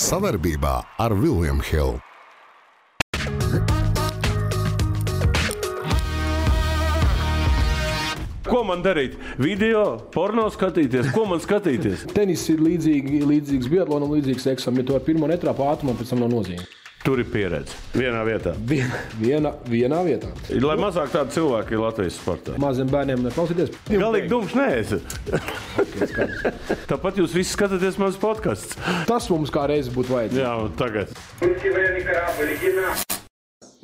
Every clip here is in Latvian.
Savarbībā ar Vilniem Hilu. Ko man darīt? Video, porno skatīties, ko man skatīties? Tenis ir līdzīgi, līdzīgs biatlonam, līdzīgs seksam. Ja tu ar pirmo netrāpā ātrumā, pēc tam nav nozīmes. Tur ir pieredze. Vienā vietā. Vien, viena, vienā vietā. Lai mazāk tādu cilvēku ir Latvijas sportā. Maziem bērniem neklausīties. Galīgi dumšs neesat. Tāpat jūs visi skatāties manas podkāstus. Tas mums kā reizes būtu vajadzīgs. Jā, un tagad. Турки время корабль, гена.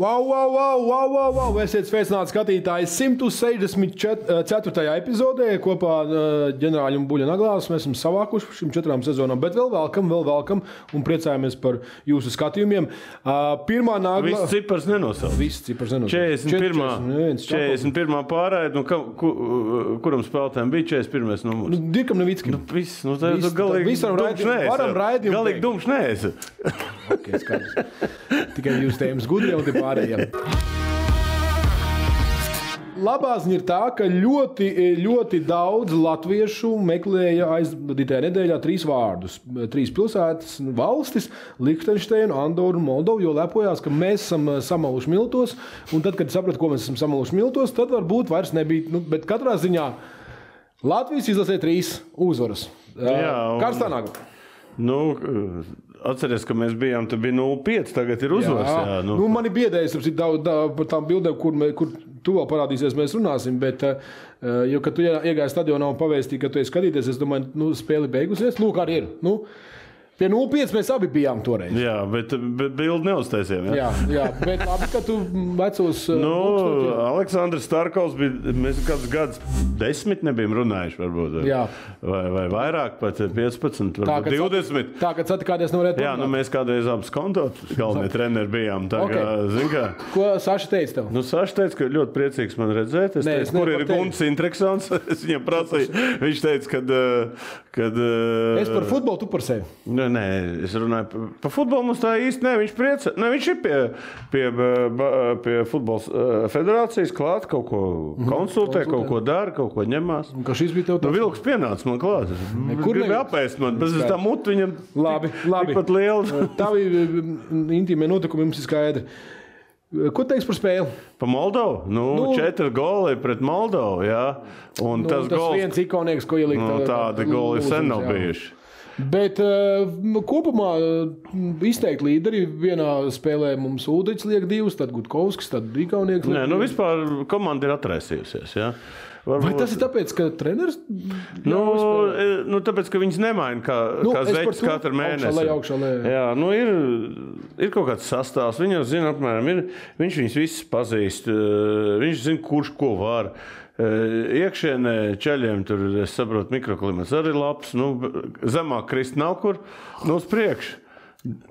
Wow, wow, wow, wow, wow, wow. Esiet sveicināti skatītāji 164. epizodē kopā ar eh, ģenerāļu Buļbuļs Naglās. Mēs esam savākuši par šīm četrām sezonām, bet vēl vēlkam, vēl vēlkam un priecājamies par jūsu skatījumiem. Eh, Pirmā nākamā. Viss cipars nenosauc. Viss cipars zinu. nu 41. 41. pārraide, nu, kam- ku- kuram spēlētājam bija 41. numurs? Dirkam Nevickam. Viss, nu, tā ir Nu, Viss, galīgi. visam dumšs raidījum- neesi. varam raidījumu Galīgi beigt. dumšs neesat. Okay, skaidrs. Tikai jūs te jums gudri un tie pārējie. Labā ziņa ir tā, ka ļoti, ļoti daudz latviešu meklēja aizvadītajā nedēļā trīs vārdus. Trīs pilsētas, valstis, Liechtensteinu, Andoru un Moldovu, jo lepojās, ka mēs esam eh, samaluši miltos. Un tad, kad sapratu, ko mēs esam samaluši miltos, tad varbūt vairs nebija. Nu, bet katrā ziņā Latvijas izlasīja trīs uzvaras. Jā, un- Karstā nākamā. Nu, atcerieties, ka mēs bijām, tur bija 0,5. Tagad ir uzvārds. Jā, nu. Nu, mani biedējas ap cik daudz da, par tām bildēm, kur, mē, kur tu vēl parādīsies, mēs runāsim. Bet, eh, jo, kad tu ienā- iegāji stadionā un pavēstīji, ka tu esi skatīties, es domāju, nu, spēle beigusies. Lūk, arī ir. Nu, pie 0,5 mēs abi bijām toreiz. jā bet, eh, bet bildi neuztaisījām. Jā. Jā, jā bet labi, ka tu vecos. eh, Nu, lūkstos, jā. Aleksandrs Starkovs bija. Mēs kādus gadus, desmit nebijām runājuši, varbūt. vai- Jā. Vai, vai vairāk, pat 15, Tā, varbūt kad 20. Tā kā satikāties, nevarētu Jā, nu parunāt. mēs kādreiz abas kontos galvenie treneri bijām. Tā okay. kā, Ok. zin kā. Ko Saša teica tev? Nu, Saša teica, ka ļoti priecīgs man redzēt. Es Nē, teicu, es kur neko ir teicu. Gunts Intreksons? Es viņam prasīju. Viņš teica, eh, ka. eh, Es par futbolu, tu par sevi. Nē, Nu, nē, es runāju par pa futbolu. Mums tā īsti nav. Viņš, priecē- ne, viņš ir pie, pie, ba- pie futbola federācijas klāta, kaut ko Mhm. konsultē, kaut ko dara, kaut ko ņemās. Un Ka šis bija Nu, tev tāds. vilks pienāca man klāt. Nekur Kur viņš nevilks. apēst man? Bez tā mutu viņam Labi, labi. Eh, tikpat liela. Tā bija intīmie notikumi, jums ir skaidri. Eh, Ko teiks par spēli? Pa Moldovu? Nu, Nu. nu, četri goli pret Moldovu. Jā. Un nu, Tas, tas, tas gols, viens ikonisks, ko ielikt. nu, eh, tādi goli sen nav lūzums, jā. bijuši. Bet eh, m, kopumā eh, izteikti līderi vienā spēlē mums Udeņš liek divus, tad Gutkovskis, tad Igaunieks. liek Nē, nu divus. vispār komanda ir atraisījusies. Jā. Vai tas ir tāpēc, ka treneris Nu, ļauj spēlēt? e, nu, tāpēc, ka viņas nemaina kā, nu, Nu, kā es par zeķis to katru augšā, mēnesi. lejā, augšā, lejā. Jā, nu, ir, ir kaut kāds sastāvs. Viņš jau zina, apmēram, ir, viņš viņus visus pazīst. e, Viņš zina, kurš ko var. E, Iekšienē ceļiem tur, es saprotu, mikroklimats arī labs. Nu, b- zemāk krist nav kur. Nu, uz priekšu.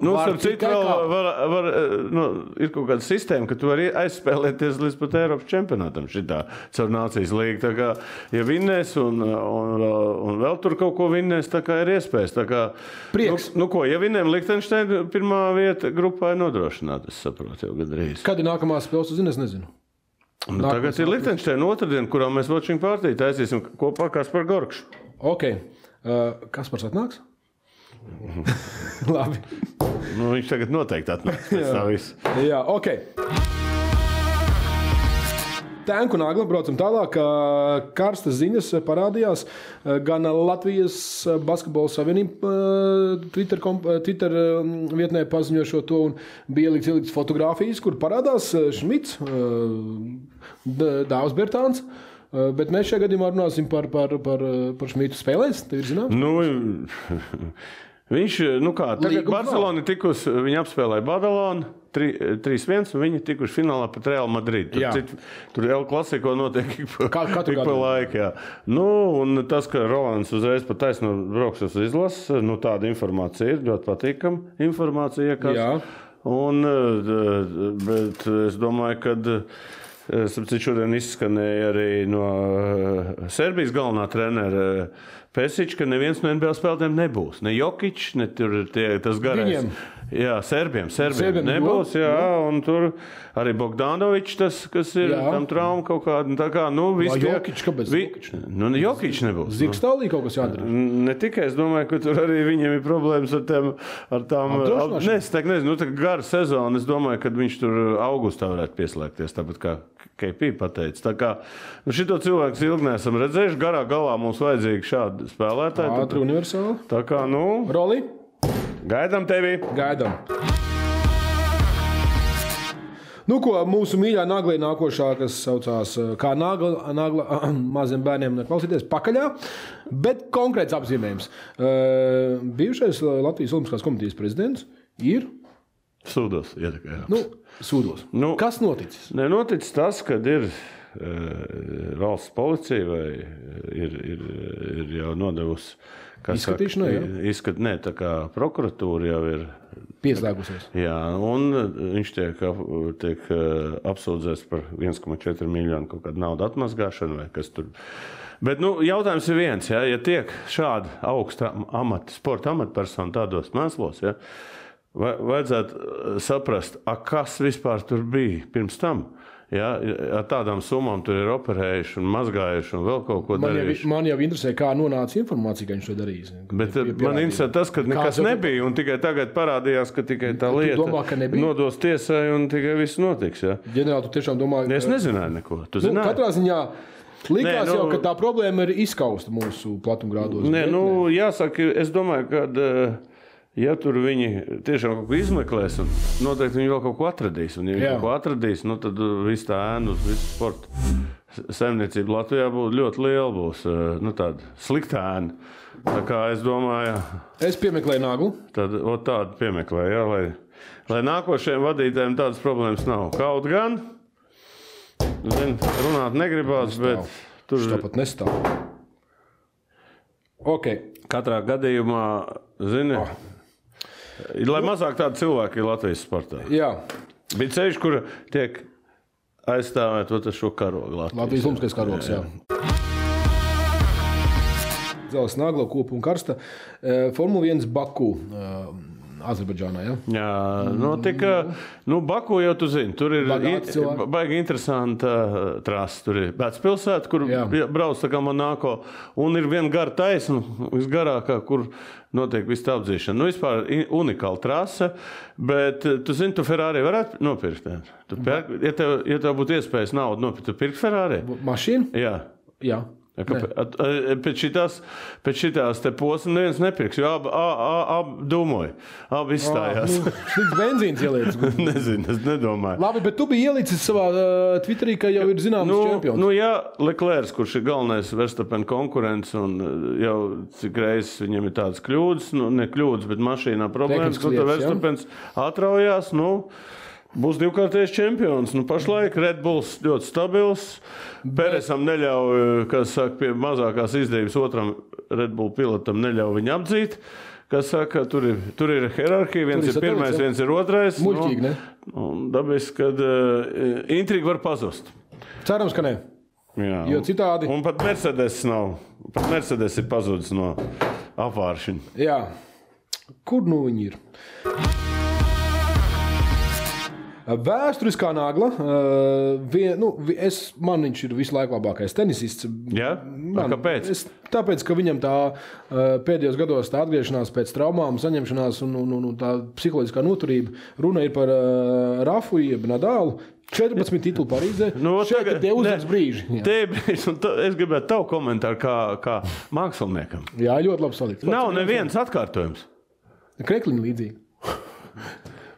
Nu, Var starp citu, tikai vēl, kāpt. var, var, e, nu, ir kaut kāda sistēma, ka tu vari aizspēlēties līdz pat Eiropas čempionātam šitā caur nācijas līgu. Tā kā, ja vinnēs un, e, un, vēl- un vēl tur kaut ko vinnēs, tā kā ir iespējas. Tā Kā, Prieks. Nu, nu ko, ja vinnēm Liechtensteina pirmā vieta grupā ir nodrošināta, es saprotu jau gandrīz. Kad ir nākamā spēle, tu zini, es nezinu. Nu, tagad ir Liechtensteina otrdiena, kurā mēs Watching Party taisīsim kopā kā par Gorkšu. Ok, uh, kas par satnāks? Labi. Nu, viņš tagad noteikti atnāks pēc tā visa. Jā, ok. Tēnku nāga braucam tālāk. Ā, Karstas ziņas parādījās ā, gan Latvijas Basketbola Savienības Twitter, komp- ā, Twitter mm, vietnē paziņošo to un bija ielikts, ielikts fotografijas, kur parādās ā, Šmits, ā, D- Dāvs Bertāns. ā, Bet mēs šajā gadījumā runāsim par, par, par, ā, par Šmitu spēlēs. Tev ir zināms? Nu, viņš, nu kā, tagad Līgums Barcelona tikus, viņa apspēlēja Badalonu. 3-1, un viņi tikuši finālā pret Real Madrid. Tur, Jā. cit, tur jau klasiko notiek ik pa, Kā- katru ik pa gadu. laiku. Jā. Nu, un tas, ka Rolands uzreiz pat taisno brauks uz izlases, nu, tāda informācija ir ļoti patīkama informācija. Kas, Jā. Un, eh, bet es domāju, ka eh, sapcīt, šodien izskanēja arī no eh, Serbijas galvenā trenera eh, Pesiča, ka neviens no NBA spēlētājiem nebūs. Ne Jokic, ne tur tie, tas garais. Viņiem. Jā, serbiem, serbiem Serbiem nebūs. nebūs, Jā, un tur arī Bogdanovičs, tas, kas ir jā. Jā. tam trauma kaut kāda. nu, Tā kā, nu, viss tiek- Jokičs, kāpēc vi- Jokičs Nu, Jokičs nebūs. nu. Zirgstālī kaut kas jādara. Ne tikai es domāju, ka tur arī viņiem ir problēmas ar tām ar tām Apdrošināšanu? Nē, es tā nezinu, nu, tā kā gara sezona. Es domāju, ka viņš tur augustā varētu pieslēgties, tāpat kā KP pateica. Tā kā nu, šito cilvēku ilgi neesam redzējuši, garā galā mums vajadzīgi šādi spēlētāji. Ātri universāli. Tā- Tā kā, nu, Roli, gaidām tevi! gaidām. Nu, ko mūsu mīļā naglī nākošā, kas saucās eh, kā nagla, nagla maziem bērniem, neklausīties pakaļā, bet konkrēts apzīmējums. Eh, Bijušais eh, Latvijas Olimpiskās komitejas prezidents ir Sūdos, ietekmē. nu, Sūdos. Nu. Kas noticis? Nenotic tas, kad ir e, valsts policija vai e, ir, ir, ir jau nodevusi kā saka, Izskatīšanai, Izskat, nē, tā kā prokuratūra jau ir. Pieslēgusies. Jā, un e, viņš tiek, ap- tiek e, apsūdzēts par 1,4 miljonu kaut kādu naudu atmazgāšanu vai kas tur. Bet nu, jautājums ir viens, ja, ja tiek šāda augsta amata, sporta amatpersona tādos mēslos, ja, va- vajadzētu e, saprast, a, kas vispār tur bija pirms tam. Ja, ar tādām summām tur ir operējuši un mazgājuši un vēl kaut ko Man jau, darījuši. man jau interesē, kā nonāca informācija, ka viņš to darīs. Bet eh, Pie- man pierādījumi. interesē tas, ka nekas jau- nebija, un tikai tagad parādījās, ka tikai tā Tu lieta domā, ka nebija? nodos tiesai, un tikai viss notiks. Ja? Ģenerāli, tu tiešām domā, Es nezināju neko. Tu Nu, zināji? katrā ziņā likās Nē, nu- nu, jau, ka tā problēma ir izskausta mūsu platumgrādos. Nē, bet nu, jāsaka, es domāju, ka, eh, ja tur viņi tiešām kaut ko izmeklēs, un noteikti viņi vēl kaut ko atradīs, un ja viņi Jā. kaut ko atradīs, nu, tad viss tā ēna uz visu sportu. Saimniecība Latvijā būs ļoti liela, būs eh, nu, tāda slikta ēna. Tā kā es domāju, Es piemeklēju nāgu. Tad, o, tādu piemeklēju, jā, lai, lai nākošajiem vadītājiem tādas problēmas nav. Kaut gan, zin, runāt negribās, bet tur Viņš tāpat nestāv. Ok. katrā gadījumā, zini, oh. lai mazāk tādu cilvēku ir Latvijas sportā. Jā, Bija ceļš, kur tiek aizstāvēt ot ar šo karogu Latviju. Latvijas Lunčskais karoks. Jā. Zelens, nagla, kopa un karsta. Eh, Formula 1 Baku. eh, Azerbaidžānā. Ja? Jā, Mhm. notika. Nu, Baku jau tu zini, tur ir Bagāti cilvēki. ba- baigi interesanta uh, trasa. Tur ir Vēstpilsēta, kur Jā. jā, brauc tā kā Monako, un ir viena gara taisna, visgarākā, kur notiek viss tā apdzīšana. Nu, vispār i- unikāla trasa, bet uh, tu zini, tu Ferrari varētu nopirkt. ne? Tu Mhm. pērk, ja, tev, ja tev būtu iespējas naudu nopirkt, tu pirktu Ferrari. Mašīna? Jā. Jā. Ja, ka- at- a- Pēc šitās, pēc šitās te posmas neviens nepirks, jo abi ab, ab domāja, abi izstājās. Nu, Slikts benzīns ieliec. Nezinu, es nedomāju. Labi, bet tu biji ielicis savā uh, Twitterī, ka jau ir zināms, Nu, nu, čempions. nu, jā, Leclerc, kurš ir galvenais verstapēna konkurents, un eh, jau cik reizes viņam ir tādas kļūdas, nu, ne kļūdas, bet mašīnā problēmas, Tehniskas ka nu, lietas, jā. verstapēns atraujās. Nu, Būs divkārtais čempions. Nu, pašlaik Red Bulls ļoti stabils. Peresam neļauj, e, kas saka, pie mazākās izdevības otram Red Bull pilotam neļauj viņu apdzīt. Kas saka, tur ir, tur ir hierarhija, viens ir tur ir, ir pirmais, satelīts, jā. viens ir otrais. Muļķīgi, ne? nu, dabiski, ka uh, intriga var pazust. Cerams, ka nē. Jā, Jo un- citādi- Un pat Mercedes nav. Pat Mercedes ir pazudis no apgāršņa. Jā. Kur nu viņi ir? Vēsturiskā nagla. eh, Vien, nu, vi- es, man viņš ir vislabākais tenisists. Ja? Man- Kāpēc? Es, tāpēc, ka viņam tā eh, pēdējos gados tā atgriešanās pēc traumām, saņemšanās un, un, un, un tā psiholoģiskā noturība. Runa ir par eh, Rafu, jeb Nadālu. 14 titulu Parīzē. Nu, Šeit ir tagad- tie ne. uzvaras brīži. Jā. Te ir brīdis, un tu- es gribētu tavu komentāru kā, kā māksliniekam. jā, ļoti labi salikts. Nav nevienas atkārtojums. Krekliņa līdzīgi.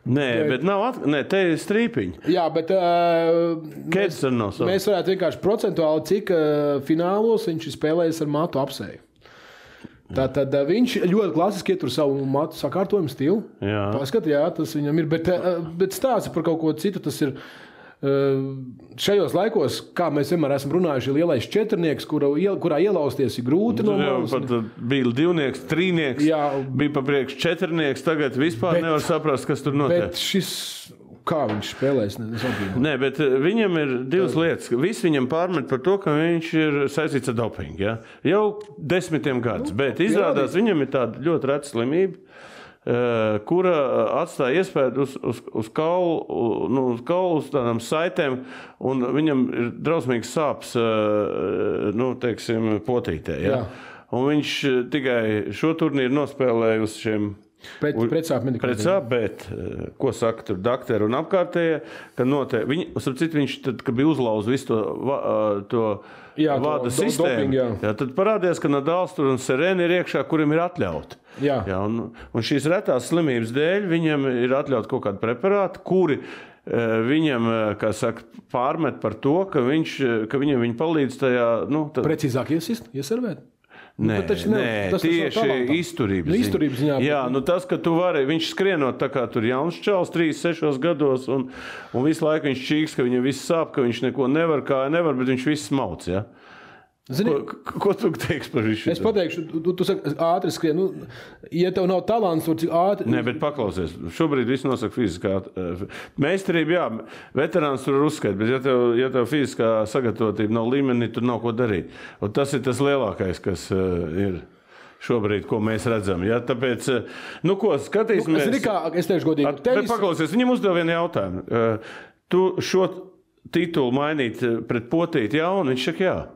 Nē, bet nav at... Nē, te ir strīpiņi. Jā, bet. Uh, Kēdes ir no savas. Mēs varētu vienkārši procentuāli, cik uh, finālos viņš ir spēlējis ar matu apseju. Tātad uh, viņš ļoti klasiski ietur savu matu sakārtojumu stilu. Jā. Paskat, jā, tas viņam ir. Bet, uh, bet stāsti par kaut ko citu. Tas ir uh, šajos laikos, kā mēs vienmēr esam runājuši, ir lielais četrnieks, kura, iel- kurā ielausties ir grūti. Tur jau nomalas. pat uh, bija divnieks, trīnieks, Jā. bija pa priekšu četrnieks. Tagad vispār bet, Bet- nevar saprast, kas tur notiek. Bet šis, kā viņš spēlēs, nezinu. Nē, bet eh, viņam ir divas lietas. Viss viņam pārmet par to, ka viņš ir saistīts ar dopingu. Ja? Jau desmitiem gadus. Nu, bet izrādās, viņam ir tāda ļoti reta slimība. eh, kura atstāja iespēju uz, uz, uz kaulu, u- nu, uz kaulu, uz tādām saitēm, un viņam ir drausmīgs sāpes, eh, nu, teiksim, potītē. Ja? Jā. Un viņš eh, tikai šo turnīru nospēlēja uz šiem. Pret- uz- pretsāpju medikamentiem. pret sāp, bet, eh, ko saka tur doktori un apkārtējie, ka noteikti, viņi, starp citu, viņš tad, kad bija uzlauzis visu to, va- eh, to Jā, to vada do- sistēmu, dopingu, jā. Jā, tad parādījās, ka Nadals tur un Serena ir iekšā, kuriem ir atļauts. Jā. Jā, un, un šīs retās slimības dēļ viņam ir atļauts kaut kādi preparāti, kuri eh, viņam eh, kā saka, pārmet par to, ka, viņš, eh, ka viņam viņi palīdz tajā. Nu, tad, Precīzāk iesist, ieservēt. Nē, nu, tad taču nē, ne- tas tas nav tieši talantam. izturības Nu, izturības ziņā, bet- Jā, nu tas, ka tu vari, viņš skrienot tā kā tur jauns čels, 36 gados, un, un visu laiku viņš čīks, ka viņam viss sāp, ka viņš neko nevar, kā nevar, bet viņš viss smauc. Ja? Zini, Ko, ko- ko tu teiksi par viņu? Es pateikšu, tu, tu, tu saki, ātri skrien. Nu, ja tev nav talants, tad cik ātri. Nē, bet paklausies. Šobrīd viss nosaka fiziskā. eh, Meistarība, jā, veterāns tur ir uzskaits, bet ja tev, ja tev fiziskā sagatavotība nav līmenī, tur nav ko darīt. Un tas ir tas lielākais, kas eh, ir. Šobrīd, ko mēs redzam, ja? tāpēc, eh, nu, ko skatīsimies? es, zini, kā, es teikšu, godīgi, At- bet tenis, Paklausies, viņam uzdeva vienu jautājumu. Eh, Tu šo titulu mainīt eh, pret potīti, jā, un viņš saka, jā.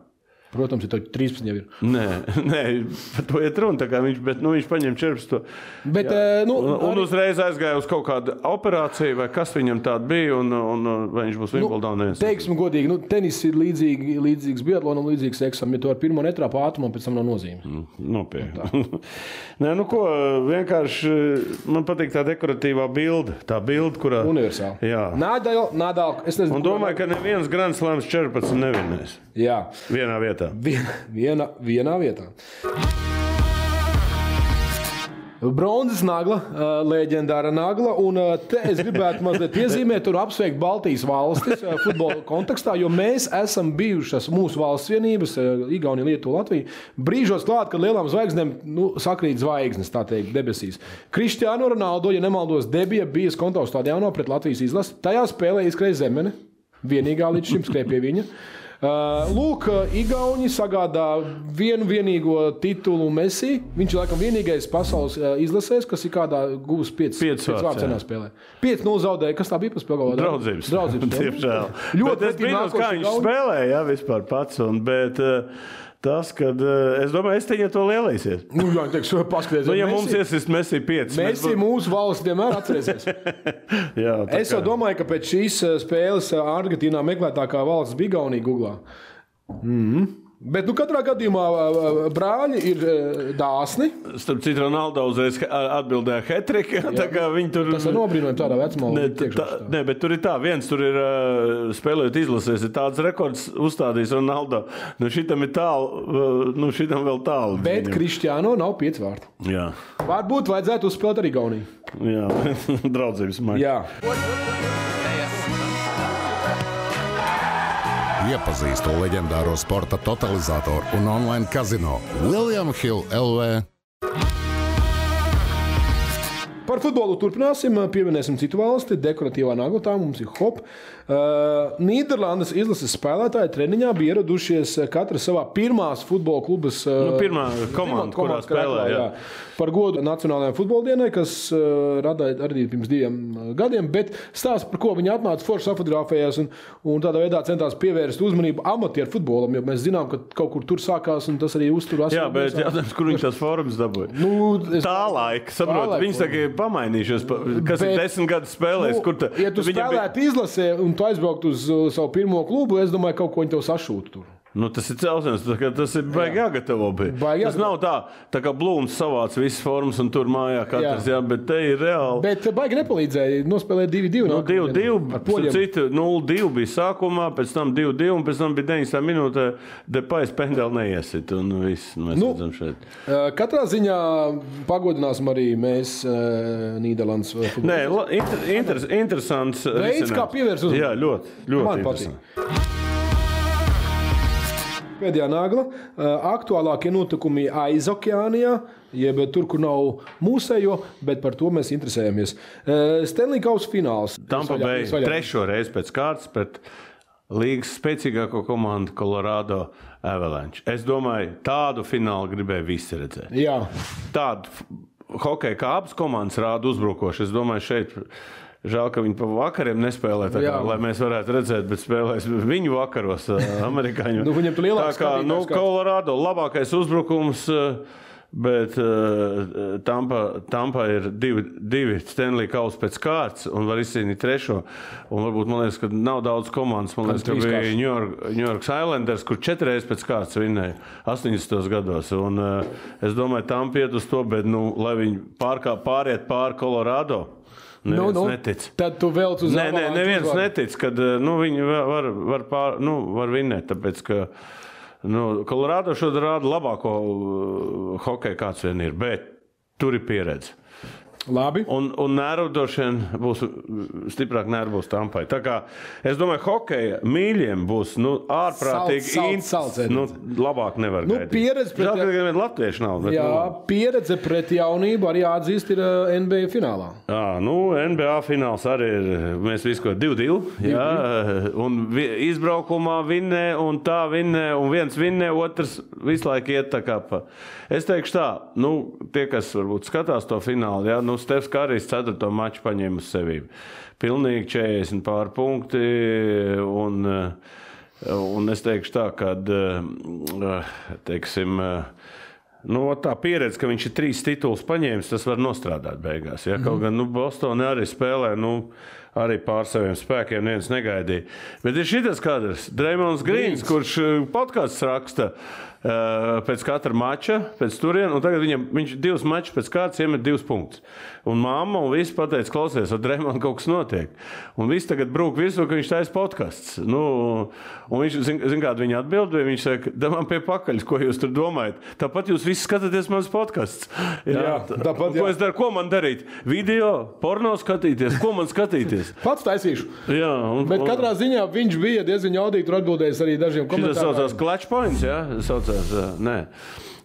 protams, ir tev 13 jau ir. Nē, nē, par to iet runa. tā kā Viņš, bet, nu, viņš paņem 14. Bet, eh, nu, Un, un arī- uzreiz aizgāja uz kaut kādu operāciju, vai kas viņam tāda bija, un, un un vai viņš būs Wimbledonā. Nu, Teiksim, godīgi, nu, tenis ir līdzīgi, līdzīgs biatlonam, līdzīgs seksam. Ja tu ar pirmo netrāpā ātrumā, pēc tam nav Mm. nozīmes. Nopietni. Nē, nu ko, vienkārši eh, man patīk tā dekoratīvā bilde, tā bilde, kurā. Universāli. Jā. Nādēļ, nādēļ, es nezinu. Un domāju, ka neviens Grand Slams 14 nevienēs Jā, vienā vietā. Vien, viena, vienā vietā. Bronzas nagla, ā, leģendāra nagla. Un ā, te es gribētu mazliet piezīmēt un apsveikt Baltijas valstis ā, futbola kontekstā, jo mēs esam bijušas mūsu valsts vienības, ā, Igaunija, Lietuva, Latvija. Brīžos klāt, kad lielām zvaigznēm nu, sakrīt zvaigznes, tā teikt, debesīs. Kristiāna Ronaldo, ja nemaldos, debija bijis konta stadionā pret Latvijas izlasi. Tajā spēlē izkrāja zemene. Vienīgā līdz šim skrēja pie viņa. Uh, lūk, uh, Igauni sagādā vienu vienīgo titulu Messi. Viņš ir laikam vienīgais pasaules uh, izlasēs, kas ir kādā guvis 5 Piecvārds, jā. vārdu spēlē. 5 no zaudēja. Kas tā bija pēc spēlē? Draudzības. Draudzības. spēle. Diemžēl. Ļoti Ļoti es pretī brīnos, kā nākoši viņš Igauni. spēlēja, jā, vispār pats. Un, bet eh, tas, kad eh, es domāju, es teņa to lielīsies. Nu, jā, teiks, paskaties, Nu, ja mums iesist Messi 5, Messi mūsu valsts vienmēr atcerēsies. jā, tā Es jau kā- domāju, ka pēc šīs eh, spēles eh, Argentīnā meklētākā valsts bija Gaunija Google. Mm -hmm. Bet, nu, katrā gadījumā eh, eh, brāļi ir eh, dāsni. Starp citu, Ronalda uzreiz he- atbildēja Hetrika. Tā kā viņi tur Tas ir nobrīnojami tādā vecumā, Mm. Ne, kāda ir. tā, ne, bet tur ir tā, viens tur ir ā, spēlējot izlasēs, ir tāds rekords uzstādījis Ronaldo. Nu, šitam ir tālu, ā, nu, šitam vēl tālu. Bet Kristiāno nav pieci vārti. Jā, Varbūt vajadzētu uzspēlēt arī Gauniju. jā. draudzības maiņa. Jā, Iepazīstu leģendāro sporta totalizatoru un online kazino William Hill LV. par futbolu turpināsim. eh, Pieminēsim citu valsti. Dekoratīvā nagla tā mums ir hop. Eh, Nīderlandes izlases spēlētāji treniņā bija ieradušies eh, katra savā pirmās futbola klubas. eh, Nu, pirmā komanda, kurā spēlēja. Jā. Par godu Nacionālajai futboldienai, kas uh, radīja arī pirms diviem uh, gadiem. Bet stāsts, par ko viņi atnāca, forši apfotografējās un, un tādā veidā centās pievērst uzmanību amatieru futbolam, jo mēs zinām, ka kaut kur tur sākās un tas arī uzturās. jā, bet jautājums, kur viņš tās formas dabūja? Nu, es- Tā laika, Tā saprotu, laika. viņi saka, ir pamainījušies, pa- kas bet, ir Bet- desmit gadus spēlējis, Nu, kur tā, ja tu viņam bija- spēlētu bija... izlasē un tu aizbrauktu uz uh, savu pirmo klubu, es domāju, kaut ko viņi tev sašūtu tur. Nu, tas ir celsnes, tā kā tas ir baigi jāgatavo. bija. Baigi Tas nav tā, tā kā blūms savāc visas formas un tur mājā katrs, jā, jā bet te ir reāli. Bet uh, baigi nepalīdzēja, nospēlēja 2-2. Nu, nākamajā 2, dienā 2, ar poļiem. citu, 0, 2 bija sākumā, pēc tam 2, 2, un pēc tam bija 90 minūte, depais pendeli neiesit, un viss, nu, mēs nu, Nu. redzam šeit. Uh, Katrā ziņā pagodināsim arī mēs uh, Nīderlandes uh, futbolu. Nē, la- inter, inter, interesants. Veids, kā risinājums. pievērst uzmanību. Jā, ļoti, ļoti Man patīk. interesanti. Pēdējā nagla - aktuālākie notikumi aiz okeānijā, jeb tur, kur nav mūsējo, bet par to mēs interesējamies. Eh, Stanley Kausa fināls. Tampa Vaļā, Bay vaļā. trešo reizi pēc kārtas pret līgas spēcīgāko komandu Colorado Avalanche. Es domāju, tādu finālu gribēju visi redzēt. Jā, Tādu f- hokeja kā abas komandas rāda uzbrukoši. Es domāju, šeit žēl, ka viņi pa vakariem nespēlē, tā, kā, Jā. lai mēs varētu redzēt, bet spēlēs viņu vakaros ā, amerikāņu. Nu, viņiem tur lielāks tā kā skatītājs nu, kāds. Colorado labākais uzbrukums. ā, Bet uh, Tampa, Tampa ir divi, divi Stanley kausi pēc kārtas un var izcīnīt trešo. Un varbūt man liekas, ka nav daudz komandas. Man liekas, ka trīs bija kārtas. New York, New York Islanders, kur četras pēc kārtas vinnēja 80. gados. Un, uh, es domāju, tam piet uz to, bet, nu, lai viņi pārkā, pāriet pāri Colorado, nu, Nu, neviens no, no. netic. Tad tu vēl uz Nē, nē, Avalanche neviens uzvaru. netic, ka nu, viņi va- var, var, pār, nu, var vinnēt. Tāpēc, ka nu, Kolorādo šodien rāda labāko uh, hokeju, kāds vien ir. Bet tur ir pieredze. Labi. Un, un nērodošana būs uh, stiprāk, nervos tampai. Tā kā es domāju, hokeja mīļiem būs nu, ārprātīgi Sal- sal- int- salcēties. Nu, labāk nevar Nu, gaidīt. pieredze pret- Žēl, ka tikai vien latvieši nav. bet, Jā, nu, pieredze pret jaunību arī jāatzīst, ir eh, ā, NBA finālā. Jā, nu, NBA fināls arī ir. Mēs visi kaut kādā divi. Jā, un vi- izbraukumā vinnē, un tā vinnē, un viens vinnē, otrs visu laiku iet tā kā pa. Es teikšu tā, nu, tie, kas varbūt skatās to finālu, jā, nu, Stefs Kārijs 4. maču paņēma uz sevi. Pilnīgi 40 pār punkti. Un, eh, un es teikšu tā, ka, teiksim, eh, Nu, vot tā pieredze, ka viņš ir trīs titulus paņēmis, tas var nostrādāt beigās. Ja? Kaut gan nu, Bostonā arī spēlē, nu, arī pār saviem spēkiem neviens negaidīja. Bet ir šis kadrs, Dreamlands Grīns, kurš eh, podkāsts raksta eh, pēc katra mača, pēc turiena, un tagad viņam, viņš divus mačus pēc kārtas iemet divus punktus. Un mamma un visi pateica, klausies, ar Dreamlandu kaut kas notiek. Un viss tagad brūk visu, ka viņš taisa podkāsts. Nu, un viņš, zin, zin kāda viņa atbildēja, viņš saka, dabam pie pakaļas, ko jūs tur domājat. Tāpat jūs visi skatāties manas podkāsts. Jā, tāpat, Ko jā. es daru, ko man darīt? Video, porno skatīties, ko man skatīties? Pats taisīšu. Jā, un, Bet katrā ziņā viņš bija diezgan jaudīgi tur atbildējis arī dažiem Tas komentāriem. saucās Clutch Points. Jā, saucās, ā, nē.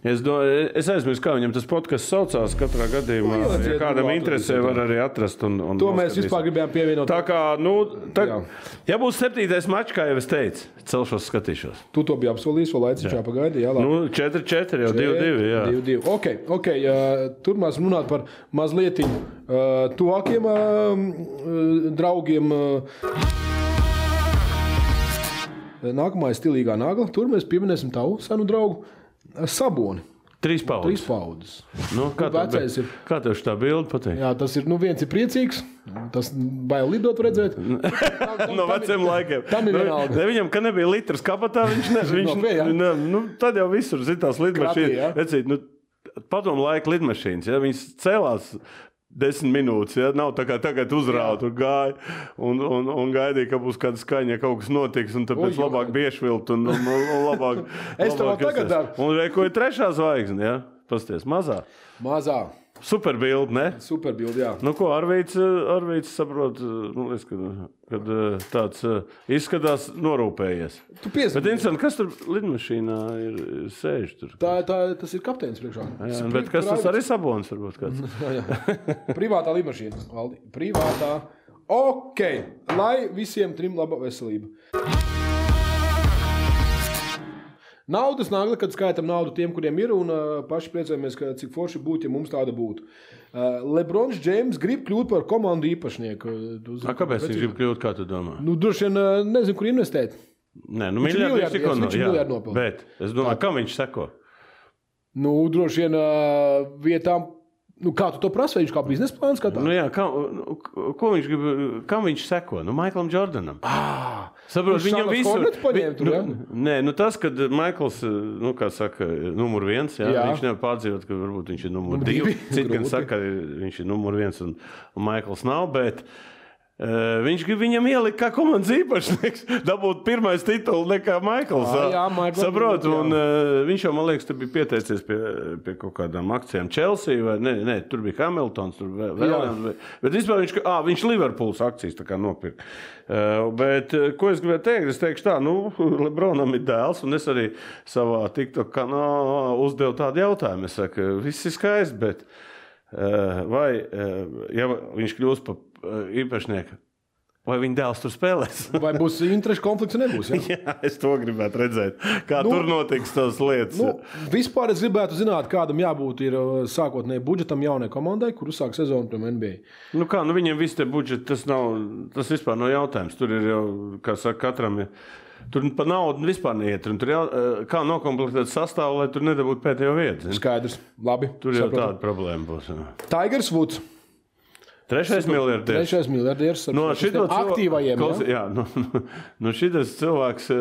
es, do, e, es aizmirsu, kā viņam tas podkāsts saucās. Katrā gadījumā, Nu, ielieciet ja kādam Google, interesē, atradīsiet, jā. var arī atrast. Un, un To mēs noskatīsies. vispār gribējām pievienot. Tā kā, nu, tā, Jā. ja būs septītais mačs, kā jau es teicu, celšos, skatīšos. Tu to biji apsolījis, vēl aicināšu pagaidi. Jā, labi. Nu, 4, 4, jau 2, 2. Jā, 2, 2. Okay, okay, uh, tur mēs runājam par mazliet uh, tuvākiem uh, draugiem. Uh, nākamā ir stilīgā nagla. Tur mēs pieminēsim tavu senu draugu uh, Saboni. 3 Trīs paudzes. paudzes. Nu, kā, tev, Nu, vecais ir. be- kā tev šī bilde patīk? Jā, tas ir nu, viens ir priecīgs. Tas bail lidot, redzēt. No veciem laikiem. tam ir Nu, vienalga. ne, viņam, ka nebija litras kapatā, viņš ne, viņš, No, jā. ne, nu, tad jau visur zitās Krapī, jā. lidmašīnas. Vecīt, nu, padomu laiku lidmašīnas, ja viņas celās. Desmit minūtes, ja nav tā kā tagad uzrāva, tur gāja un, un, un gaidīja, ka būs kāda skaņa, ja kaut kas notiks, un tāpēc Ui, labāk bieži vilkt un, un, un, un labāk. Es to vēl labāk tagad justies. daru. Un rekoja trešā zvaigzne, ja? Pasties, mazā. Mazā Superbildi, ne? superbildi. jā. Nu, ko Arvīts, eh, Arvīts saprot, eh, nu, liekas, kad, kad eh, tāds eh, izskatās norūpējies. Tu Bet, piesprādzi. Insan, kas tur lidmašīnā ir eh, sēž tur? Tā, tā, tas ir kapteinis priekšā. Jā, bet kas tas arī sabons varbūt kāds? Privātā līnija, valdi. Privātā. Ok, lai visiem trim laba veselība. Naudas nagla, kad skaitām naudu tiem, kuriem ir, un uh, paši priecājamies, ka cik forši būtu, ja mums tāda būtu. Uh, Lebrons Džeims grib kļūt par komandu īpašnieku. Uz- A, kāpēc viņš grib kļūt, kā tu domā? Nu, droši vien uh, nezinu, kur investēt. Nē, nu, miljardi Viņš ir viņš miljardies, tikko no- viņš ir jā, miljardi nopelna. Bet es domāju, kam viņš seko? Nu, droši vien uh, vietām, nu, kā tu to prasīji, viņš kā biznesa plāns skatās. Nu, jā, kam, nu, k- ko viņš grib, kam viņš seko? Nu, Maiklam Jordanam. Ah, Saprotu, Viņš viņam Charlotte visur. Hornets paņēma vi- tur, jā? nu, nē, nu tas, kad Maikls, eh, nu, kā saka, numur viens, jā, Jā. jā. viņš nevar pārdzīvot, ka varbūt viņš ir numur Nu, divi. divi, Citi gan grūti. saka, ka viņš ir numur viens un, un Maikls nav, bet eh, viņš grib viņam ielikt kā komandas īpašnieks, dabūt pirmais titulu nekā Maikls. Ā, jā, Maiklam Saprotu, būtu, jā. un eh, viņš jau, man liekas, te bija pieteicies pie, pie kaut kādām akcijām Chelsea vai ne, ne, tur bija Hamiltons, tur vēl, vēl Jā. viens Bet- Bet vispār viņš, à, viņš Liverpools akcijas tā kā nopirka. Uh, bet, uh, ko es gribēju teikt? Es teikšu, tā, nu, Lebronam ir dēls, un es arī savā TikTok kanālā uzdevu tādu jautājumu. Es saku, viss ir skaisti, bet eh, uh, vai, uh, ja viņš kļūs par uh, eh, īpašnieku, Vai viņa dēls tur spēlēs? Vai būs interešu konflikts, vai nebūs? Jā? Jā, es to gribētu redzēt. Kā nu, Nu, tur notiks tās lietas. Nu, vispār es gribētu zināt, kādam jābūt ir uh, sākotnēji budžetam jaunai komandai, kur uzsāk sezonu pirms NBA. Nu kā, nu viņiem viss te budžets, tas nav, tas vispār nav jautājums. Tur ir jau, kā saka, katram ir. Tur pa naudu vispār neiet. un Tur jau eh, kā nokomplektēt sastāvu, lai tur nedabūtu pēdējo vietu. zini? Skaidrs, labi. Tur jau saprotu. tāda problēma būs. jā. Tigers Woods, Trešais miljardieris. trešais miljardieris ar Nu, No šito šiem cilvēku- aktīvajiem. Klausi- ja? Jā, nu, nu, nu šis cilvēks, eh,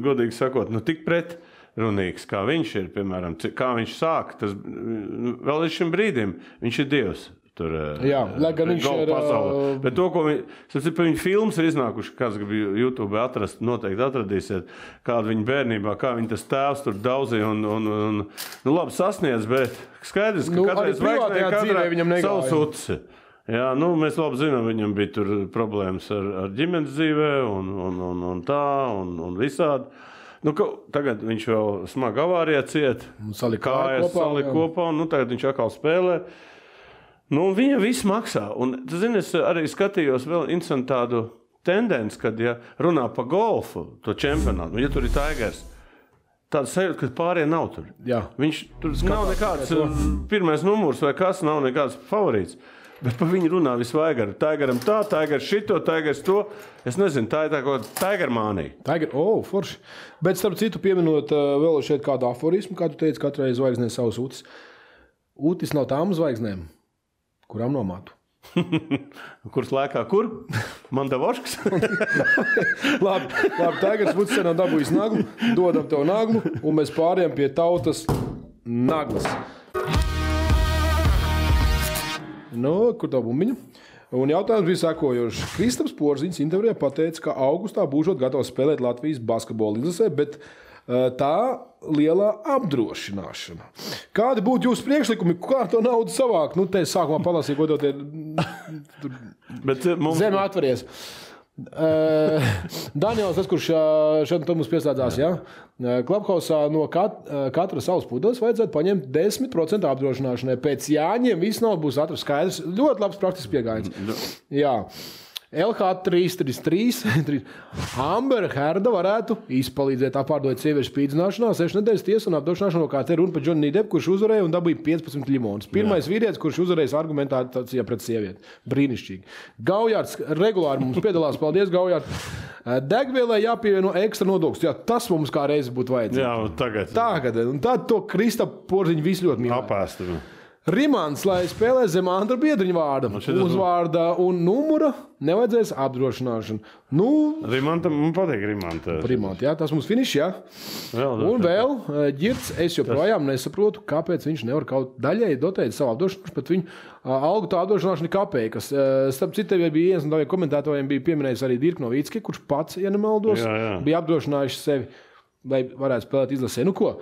godīgi sakot, nu, tik pret. Runīgs, kā viņš ir, piemēram, ci- kā viņš sāk, tas nu, vēl līdz šim brīdim viņš ir dievs. Tur, eh, Jā, lai gan pret viņš golfa ir, pasaulē. eh, Bet to, ko viņi, sapcīt, par viņu filmas ir iznākušas, kas grib YouTube atrast, noteikti atradīsiet, kāda viņa bērnībā, kā viņa tas tēvs tur daudzīja un, un, un nu, labi sasniedz, bet skaidrs, ka Nu, katrai arī privātajā zvaigznei dzīvē viņam negāja. savs uts. Jā, nu, mēs labi zinām, viņam bija tur problēmas ar, ar ģimenes dzīvē, un, un, un, un tā, un, un visādi. Nu, ka, tagad viņš vēl smagi avārijā ciet. salika kājas, kopā, salika jā. kopā, un nu, tagad viņš atkal spēlē. Nu, un viņa viss maksā. Un, tu zini, es arī skatījos vēl interesantu tādu tendenci, kad ja runā par golfu, to čempionātu. Ja tur ir taigars, tāda sajūta, ka pārējie nav tur. Jā. Nu, Viņš tur nav nekāds um, pirmais numurs vai kas, nav nekāds favorīts. Bet par viņu runā visvairāk. Tā ir tā, tā ir šito, tā ir to. Es nezinu, tā ir tā kā Tiger mānija. Tiger, oh, forši. Bet, starp citu, pieminot ā, vēl šeit kādu aforismu, kā tu teici, katrai zvaigznei savs ūdens. Ūdens nav tām zvaigznēm, kurām nav matu. Kurš lēkā, kur? Mandavoškas. Labi, labi Tigers būs senā dabūjis naglu, dodam tev naglu, un mēs pārējām pie tautas naglas. Nu, kur tā bumbiņa? Un jautājums bija sekojošs. Kristaps Porziņš intervijā pateica, ka augustā būšot gatavs spēlēt Latvijas basketbolu izlasē, bet eh, tā lielā apdrošināšana. Kādi būtu jūsu priekšlikumi, kā ar to naudu savākt? Nu, te es sākumā palasīju, ko tev Bet eh, mums, Zeme atveries. Uh, Daniels, tas, kurš ā, šodien pie mums pieslēdzās, ja? Klubhausā no kat, ā, katra savas pudeles vajadzētu paņemt 10% apdrošināšanai. Pēc Jāņiem viss nav būs atrasts skaidrs. Ļoti labs praktisks pieejams. Jā. LH333, Amber Herda Nu, varētu izpalīdzēt, apārdot sieviešu spīdzināšanā, 6 nedēļas tiesu un apdrošināšanu, no kā te runa par Džonu Depu, kurš uzvarēja un dabūja 15 limonus. Pirmais vīrietis, kurš uzvarēja argumentācijā pret sievieti. Brīnišķīgi. Gaujārds regulāri mums piedalās. Paldies, Gaujārds. Degvielai jāpievieno ekstra nodoklis. Jā, tas mums kā reizes būtu vajadzīgs. jā, tagad Tagad, un tad to Krista porziņu visu ļoti mīlu. apēstam. Rimants, lai spēlē zem Andra biedriņa vārda, šitas- uzvārda un numura, nevajadzēs apdrošināšanu. Nu, Rimanta, man patīk Rimanta. Rimants, jā, tas mums finišs, jā. Vēl, Un vēl eh, ģirts, es joprojām nesaprotu, kāpēc viņš nevar kaut daļēji dotēt savu apdrošināšanu, bet viņa eh, algu tā apdrošināšana ir kapeikas. Eh, Starp citu, tev jau bija viens no taviem komentētājiem, bija pieminējis arī Dirk Novīcki, kurš pats, ja nemaldos, Jā, jā. bija apdrošinājuši sevi, lai varētu spēlēt izlasē. Nu ko?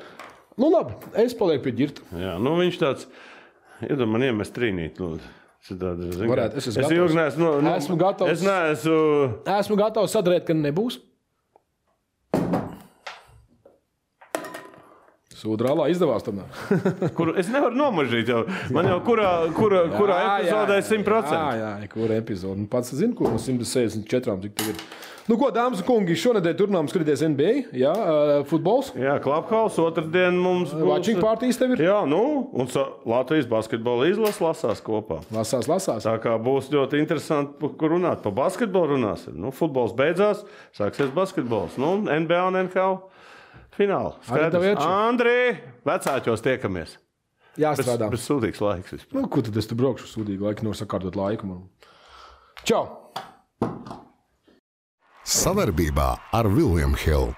Nu labi, es palieku pie ģirta. Jā, nu viņš tāds, iedomājieties, man iemest trīnīt, lūdzu. Citādi, zin, kā- Varētu, es esmu es gatavs. ilgi neesmu. No, no, Esmu gatavs. Es neesmu. Esmu gatavs sadarīt, ka nebūs. Sūdrālā izdevās tomēr. Kur, es nevaru nomažīt jau. Man jau kurā, kurā, kurā epizodē ir 100%. Jā, jā, jā kur epizode. Nu, Pats zinu, kur no 164. Cik tagad. Nu, ko, dāmas un kungi, šonadēļ turpinām skatīties NBA, jā, ā, futbols. Jā, Klapaus, otrdien mums Watching būs. partijas tev ir. Jā, nu, un sa, Latvijas basketbola izlases lasās kopā. Lasās, lasās. Tā kā būs ļoti interesanti, pa- kur runāt. Par basketbolu runāsim. Nu, futbols beidzās, sāksies basketbols. Nu, un NBA un NHL fināls. Arī tev iet šo? Andri, vecāķos tiekamies. Jāstrādā. Bez sūdīgs laiks vispār. Nu, kur tad es tur braukšu sūdīgi, laikam, nosakārtot laiku man. Čau! Savarbībā ar William Hill.